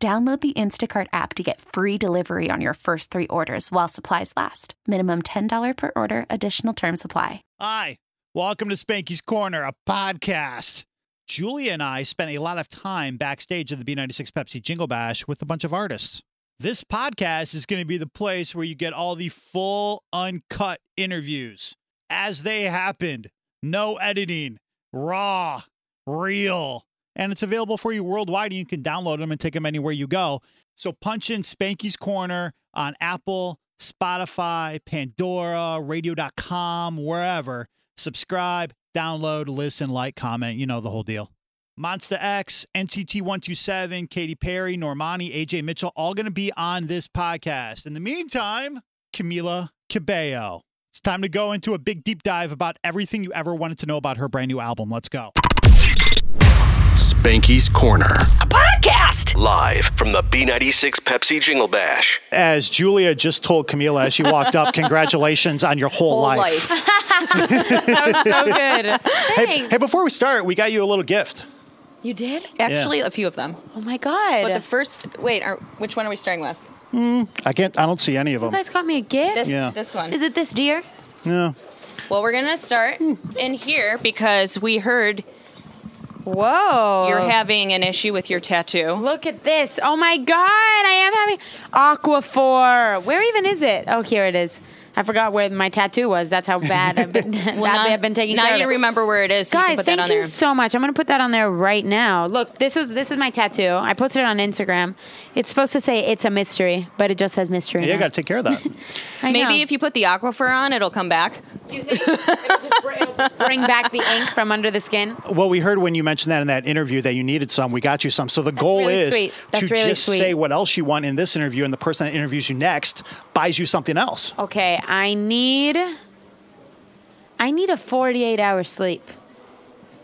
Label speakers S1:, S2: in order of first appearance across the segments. S1: Download the Instacart app to get free delivery on your first three orders while supplies last. Minimum $10 per order, additional term supply.
S2: Hi, welcome to Spanky's Corner, a podcast. Julia and I spent a lot of time backstage at the B96 Pepsi Jingle Bash with a bunch of artists. This podcast is going to be the place where you get all the full, uncut interviews as they happened. No editing, raw, real. And it's available for you worldwide, and you can download them and take them anywhere you go. So punch in Spanky's Corner on Apple, Spotify, Pandora, radio.com, wherever. Subscribe, download, listen, like, comment. You know the whole deal. Monster X, NCT 127, Katy Perry, Normani, AJ Mitchell, all going to be on this podcast. In the meantime, Camila Cabello. It's time to go into a big deep dive about everything you ever wanted to know about her brand new album. Let's go.
S3: Spanky's Corner.
S4: a podcast.
S3: Live from the B96 Pepsi Jingle Bash.
S2: As Julia just told Camila as she walked up, congratulations on your whole, life.
S5: so good.
S2: Hey, hey, before we start, we got you a little gift.
S5: You did?
S6: Actually, a few of them.
S5: Oh my god.
S6: But the first, wait, are, which one are we starting with?
S2: I can't. I don't see any of them.
S5: you guys got me a gift?
S6: This,
S2: Yeah.
S6: this one.
S5: Is Hmm. it this deer?
S2: Yeah.
S6: well, we're gonna start in here because we heard
S5: Whoa.
S6: you're having an issue with your tattoo.
S5: Look at this. Oh my god, I am having Aquaphor. Where even is it? Oh, here it is. I forgot where my tattoo was. That's how bad I've been badly I've been taking
S6: now
S5: care
S6: you
S5: of it.
S6: remember where it is. So you
S5: Guys,
S6: can put
S5: thank
S6: that on
S5: you
S6: there.
S5: so much. I'm gonna put that on there right now. Look, this was this is my tattoo. I posted it on Instagram. It's supposed to say it's a mystery, but it just says mystery.
S2: Yeah,
S5: now.
S2: you got to take care of that.
S5: I
S6: Maybe
S5: know.
S6: if you put the aquifer on, it'll come back.
S5: bring back the ink from under the skin.
S2: well, we heard when you mentioned that in that interview that you needed some. We got you some. So the goal
S5: really
S2: is
S5: sweet.
S2: to
S5: That's really
S2: just
S5: sweet.
S2: say what else you want in this interview, and the person that interviews you next buys you something else.
S5: Okay, I need I need a 48 hour sleep.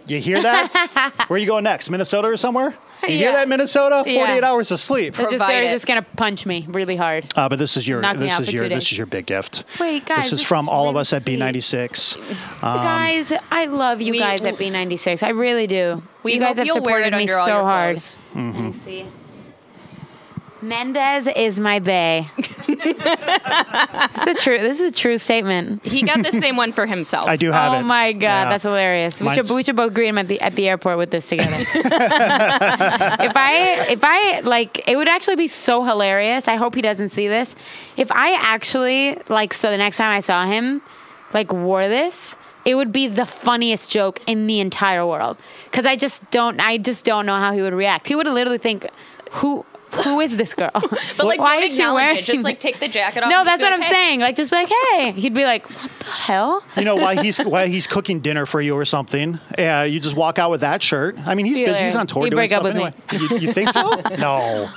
S2: You hear that? Where you going next? Minnesota or somewhere? You hear
S5: Yeah.
S2: that, Minnesota?
S5: Yeah.
S2: Forty-eight hours of sleep.
S5: They're just,
S6: Provide
S5: they're
S6: it.
S5: just gonna punch me really hard.
S2: Uh, but this is your
S5: Knock me
S2: this
S5: out
S2: is
S5: for two
S2: your
S5: days.
S2: this is your big gift.
S5: Wait, guys,
S2: this is
S5: this
S2: from
S5: is
S2: all of
S5: really
S2: us at
S5: sweet.
S2: B96.
S5: guys, I love you
S6: we-
S5: guys at B96. I really do.
S6: We
S5: you guys
S6: hope
S5: have
S6: you'll wear
S5: supported
S6: it
S5: me
S6: under all
S5: so
S6: your
S5: hard.
S6: clothes.
S5: Let me see. Mendez is my bay. this is a true. This is a true statement.
S6: He got the same one for himself.
S2: I do have it.
S5: oh my god,
S2: Yeah.
S5: that's hilarious. We should
S2: Mine's-
S5: we should both greet him at the at the airport with this together. if I if I like it would actually be so hilarious. I hope he doesn't see this. If I actually like so the next time I saw him like wore this, it would be the funniest joke in the entire world cuz I just don't I just don't know how he would react. He would literally think who who is this girl?
S6: But like,
S5: Why
S6: don't
S5: is she
S6: acknowledge
S5: wearing
S6: it. Just like
S5: this?
S6: take the jacket off.
S5: No,
S6: and just
S5: that's
S6: be
S5: what I'm
S6: like, "Hey."
S5: saying. Like just be like, "Hey." He'd be like, "What the hell?"
S2: You know why he's why he's cooking dinner for you or something? Yeah, you just walk out with that shirt. I mean, he's
S5: Dealer.
S2: busy. He's on tour.
S5: He'd
S2: doing
S5: break up
S2: stuff
S5: with me.
S2: anyway. You, you think so? no.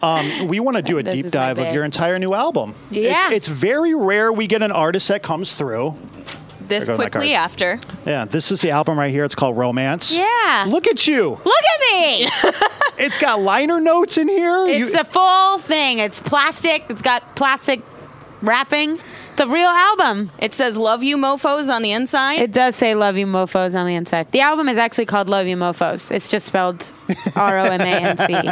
S2: Um, we want to do a
S5: This
S2: deep
S5: is my
S2: dive of
S5: bag.
S2: your entire new album.
S5: Yeah.
S2: It's, it's very rare we get an artist that comes through.
S6: This
S2: There go my
S6: quickly
S2: cards.
S6: after.
S2: Yeah, this is the album right here. It's called Romance.
S5: Yeah.
S2: Look at you.
S5: Look at me.
S2: It's got liner notes in here.
S5: It's
S2: You-
S5: a full thing. It's plastic. It's got plastic wrapping. It's a real album.
S6: It says "Love you, mofo's" on the inside.
S5: It does say "Love You Mofos" on the inside. The album is actually called "Love You Mofos." It's just spelled R O M A N C. E.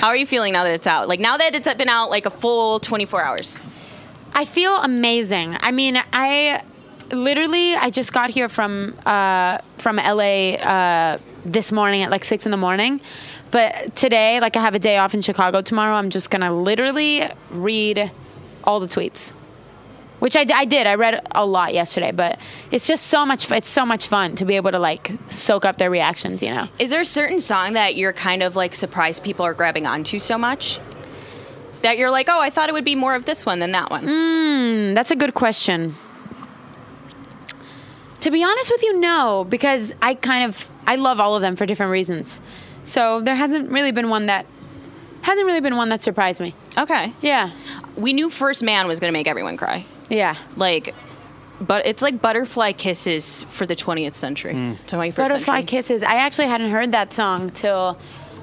S6: How are you feeling now that it's out? Like now that it's been out like a full 24 hours.
S5: I feel amazing. I mean, I literally I just got here from uh, from LA uh, this morning at like six in the morning. But today, like I have a day off in Chicago tomorrow, I'm just gonna literally read all the tweets, which I, d- I did. I read a lot yesterday, but it's just so much. f- It's so much fun to be able to like soak up their reactions. You know.
S6: Is there a certain song that you're kind of like surprised people are grabbing onto so much? That you're like, oh, I thought it would be more of this one than that one.
S5: Mm. That's a good question. To be honest with you, no, because I kind of I love all of them for different reasons. So there hasn't really been one that Hasn't really been one that surprised me.
S6: Okay.
S5: Yeah.
S6: We knew First Man was going to make everyone cry.
S5: Yeah.
S6: Like, but it's like butterfly kisses for the 20th century. 21st
S5: Butterfly
S6: century.
S5: Kisses. I actually hadn't heard that song till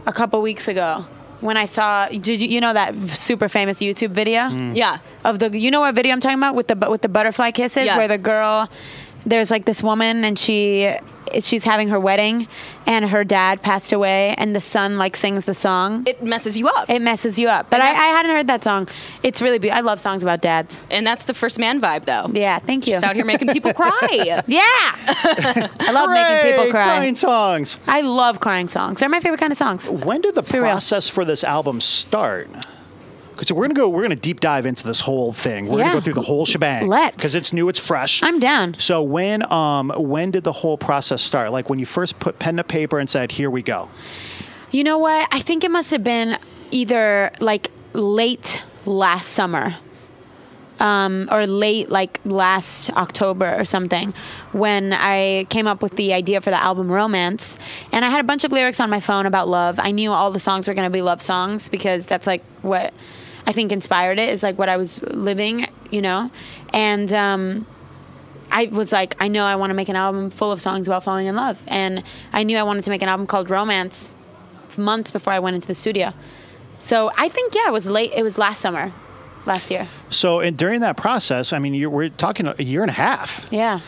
S5: a couple weeks ago when I saw did you you know that super famous YouTube video?
S6: Yeah.
S5: of the you know what video I'm talking about with the bu- with the butterfly kisses
S6: Yes.
S5: where the girl there's like this woman and she she's having her wedding and her dad passed away and the son like sings the song it,
S6: It messes you up.
S5: messes you up but I, I
S6: that's-
S5: hadn't heard that song it's really beautiful I love songs about dads
S6: and that's the First Man vibe, though.
S5: yeah thank you
S6: Just out here making people cry.
S5: yeah I love making people
S2: Hooray,
S5: cry
S2: Crying songs.
S5: I love crying songs they're my favorite kind of songs
S2: When did the
S5: be real.
S2: process for this album start? Because we're gonna go, we're gonna deep dive into this whole thing. We're
S5: Yeah.
S2: gonna go through the whole shebang.
S5: Let's.
S2: Because it's new, it's fresh.
S5: I'm down
S2: So when um when did the whole process start? Like when you first put pen to paper and said, "Here we go."
S5: You know what? I think it must have been either like late last summer um, or late like last October or something when I came up with the idea for the album Romance. And I had a bunch of lyrics on my phone about love. I knew all the songs were going to be love songs because that's like what I think inspired it, is like what I was living, you know? And, um, I was like, I know I want to make an album full of songs about falling in love. And I knew I wanted to make an album called Romance months before I went into the studio. So I think yeah, it was late. It was last summer, last year.
S2: So and during that process, I mean, you, we're talking a year and a half.
S5: Yeah,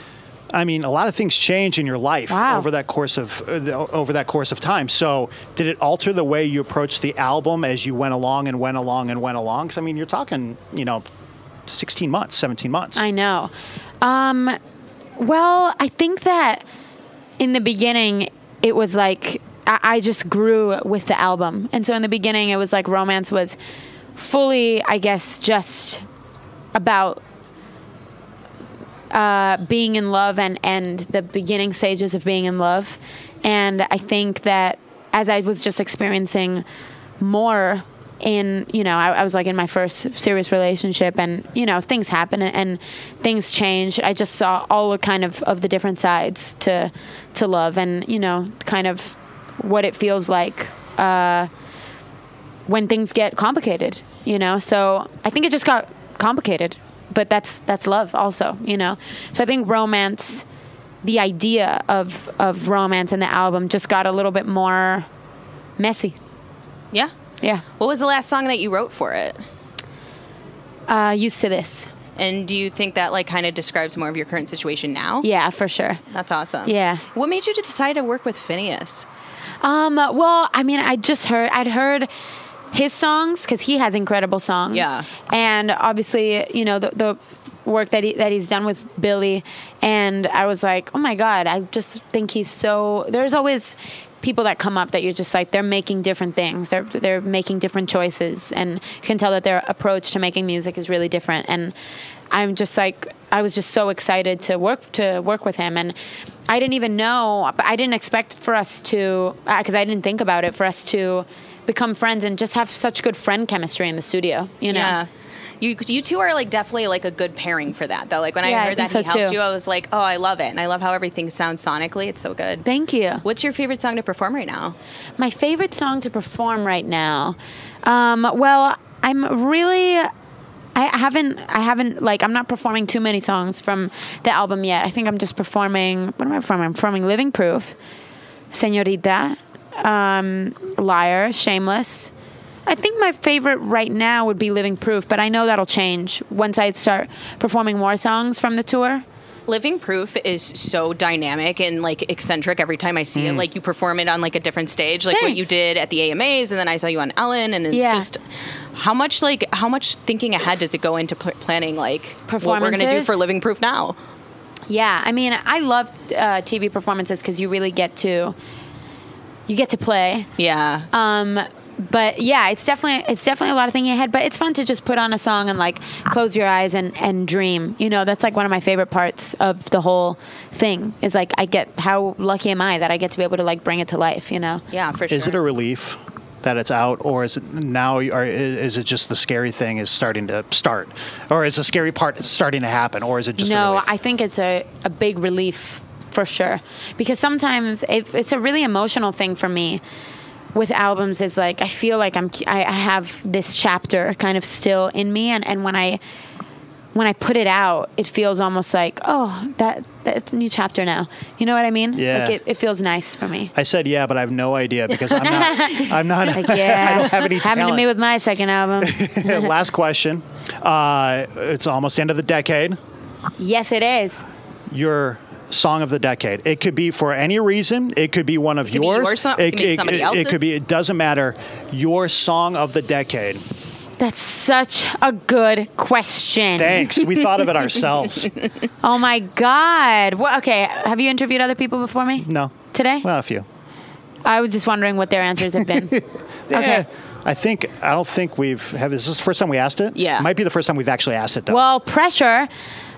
S2: I mean, a lot of things change in your life
S5: Wow.
S2: over that course of uh, the- over that course of time. So, did it alter the way you approached the album as you went along and went along and went along? Because I mean, you're talking, you know, 16 months, 17 months.
S5: I know. Um, well, I think that in the beginning it was like I, I just grew with the album, and so in the beginning it was like Romance was fully, I guess, just about being in love and and the beginning stages of being in love and i think that as i was just experiencing more in you know I, I was like in my first serious relationship and you know things happen and, and things change i just saw all the kind of of the different sides to to love and you know kind of what it feels like uh when things get complicated, you know. So I think it just got complicated, but that's that's love also, you know. So I think romance, the idea of of romance in the album just got a little bit more messy.
S6: yeah.
S5: Yeah,
S6: What was the last song that you wrote for it?
S5: uh, used to this.
S6: And do you think that like kind of describes more of your current situation now?
S5: Yeah, for sure.
S6: That's awesome.
S5: Yeah.
S6: What made you to decide to work with Phineas?
S5: Um, well, I mean, I just heard I'd heard his songs because he has incredible songs.
S6: Yeah.
S5: and obviously, you know the the work that he that he's done with Billy, and I was like, oh my god, I just think he's so. There's always people that come up that you're just like they're making different things they're they're making different choices and you can tell that their approach to making music is really different and i'm just like i was just so excited to work to work with him and I didn't even know. I didn't expect for us to, because I didn't think about it, for us to become friends and just have such good friend chemistry in the studio. You know.
S6: Yeah. You, you two are like definitely like a good pairing for that though. Like when
S5: Yeah, I
S6: I heard
S5: think
S6: that he
S5: so,
S6: helped
S5: too.
S6: you, I was like, oh, I love it, and I love how everything sounds sonically. It's so good.
S5: Thank you.
S6: What's your favorite song to perform right now?
S5: My favorite song to perform right now. Um, well, I'm really. I haven't. I haven't. Like, I'm not performing too many songs from the album yet. I think I'm just performing. What am I performing? I'm performing "Living Proof," "Señorita," um, "Liar," "Shameless." I think my favorite right now would be "Living Proof," but I know that'll change once I start performing more songs from the tour.
S6: Living Proof is so dynamic and like eccentric every time I see it. Like you perform it on like a different stage, like what you
S5: Mm. Thanks.
S6: did at the AMAs, and then I saw you on Ellen, and it's
S5: Yeah.
S6: just how much like how much thinking ahead does it go into pl- planning like what we're gonna do
S5: Performances?
S6: for Living Proof now?
S5: Yeah, I mean, I love uh, TV performances because you really get to you get to play.
S6: Yeah,
S5: Um, but yeah, it's definitely it's definitely a lot of thinking ahead. But it's fun to just put on a song and like close your eyes and and dream. You know, that's like one of my favorite parts of the whole thing. Is like I get how lucky am I that I get to be able to like bring it to life. You know.
S6: yeah, for sure.
S2: Is it a relief that it's out, or is it now? Or is is it just the scary thing is starting to start, or is the scary part starting to happen, or is it just A
S5: no
S2: relief?
S5: i think it's a, a big relief for sure because sometimes it, it's a really emotional thing for me with albums is like I feel like I'm I, I have this chapter kind of still in me, and, and when I when I put it out, it feels almost like oh that that's a new chapter now. You know what I mean?
S2: Yeah.
S5: Like it, it feels nice for me.
S2: I said yeah, but I have no idea because I'm not. I'm not.
S5: Like yeah,
S2: I don't have any
S5: happened to me
S2: talent.
S5: with my second album.
S2: Last question. Uh, it's almost end of the decade.
S5: yes, it is.
S2: Your song of the decade. It could be for any reason. It could be one of
S6: could be
S2: yours.
S6: your song, it could be somebody
S2: it,
S6: else's.
S2: could be. It doesn't matter. Your song of the decade.
S5: That's such a good question.
S2: Thanks. we thought of it ourselves.
S5: Oh my God. What, okay, have you interviewed other people before me?
S2: No.
S5: Today?
S2: Well, a few.
S5: I was just wondering what their answers had been.
S2: Yeah.
S5: Okay.
S2: I think I don't think we've have is this the first time we asked it?
S6: Yeah.
S2: Might be the first time we've actually asked it though.
S5: Well, pressure.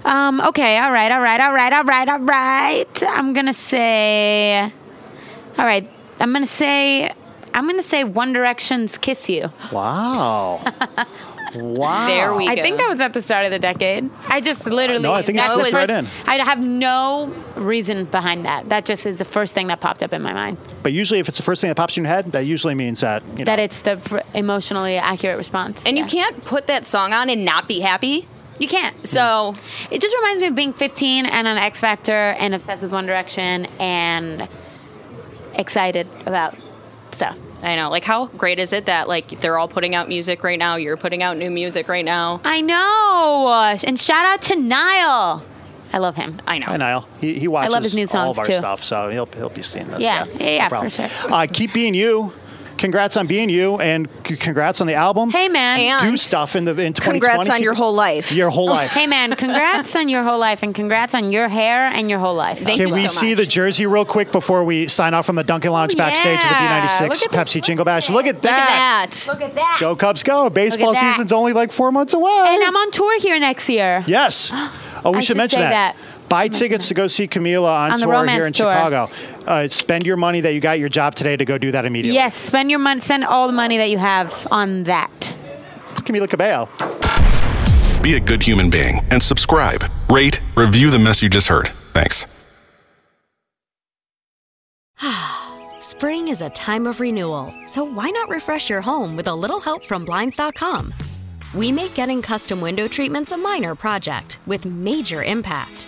S5: Um, okay, all right, all right, all right, all right, all right. I'm gonna say, all right. I'm gonna say, I'm gonna say One Direction's "Kiss You."
S2: wow. wow.
S6: There we
S5: I
S6: go.
S5: think that was at the start of the decade. I just literally
S2: No, I think it
S5: that
S6: slipped
S5: was-
S6: right
S2: in.
S5: I have no reason behind that. That just is the first thing that popped up in my mind.
S2: But usually, if it's the first thing that pops in your head, that usually means that you know,
S5: That it's the pr- emotionally accurate response.
S6: and
S5: Yeah.
S6: you can't put that song on and not be happy.
S5: You can't.
S6: So
S5: It just reminds me of being 15 and on X Factor and obsessed with One Direction and excited about stuff.
S6: I know, like, how great is it that like they're all putting out music right now? You're putting out new music right now.
S5: I know. And shout out to Niall. I love him.
S6: I know.
S2: Hi, Niall. He, he watches
S5: his new
S2: all of
S5: songs,
S2: our
S5: too.
S2: stuff, so he'll he'll be seeing this.
S5: Yeah. Yeah, yeah,
S2: no
S5: for
S2: problem.
S5: sure.
S2: Uh, keep being you. Congrats on being you, and c- congrats on the album.
S5: Hey, man.
S6: And-
S2: do stuff in the in 2020.
S6: Congrats on
S2: Keep-
S6: your whole life.
S2: your whole life.
S5: Oh, Hey, man, congrats on your whole life and congrats on your hair and your whole life.
S6: Thank
S2: Can
S6: you
S2: we
S6: so
S2: see
S6: much.
S2: the jersey real quick before we sign off from the Dunkin' Lounge
S5: Oh,
S2: backstage
S5: yeah.
S2: of the
S5: Look
S2: B96
S5: at this-
S2: Pepsi Jingle Bash? Look at
S6: Look
S2: that.
S6: at that.
S5: Look at that.
S2: Go Cubs, go! Baseball
S5: that.
S2: season's only like four months away.
S5: And I'm on tour here next year.
S2: Yes. Oh, we
S5: I
S2: should
S5: should
S2: mention
S5: say
S2: that.
S5: that.
S2: Buy tickets to go see Camila on,
S5: On the
S2: tour here
S5: romance
S2: in
S5: tour.
S2: Chicago. Uh, spend your money that you got your job today to go do that immediately.
S5: Yes, spend your money, spend all the money that you have on that.
S2: It's Camila Cabello.
S4: Be a good human being and subscribe, rate, review the mess you just heard. Thanks.
S7: Spring is a time of renewal, so why not refresh your home with a little help from Blinds.com? We make getting custom window treatments a minor project with major impact.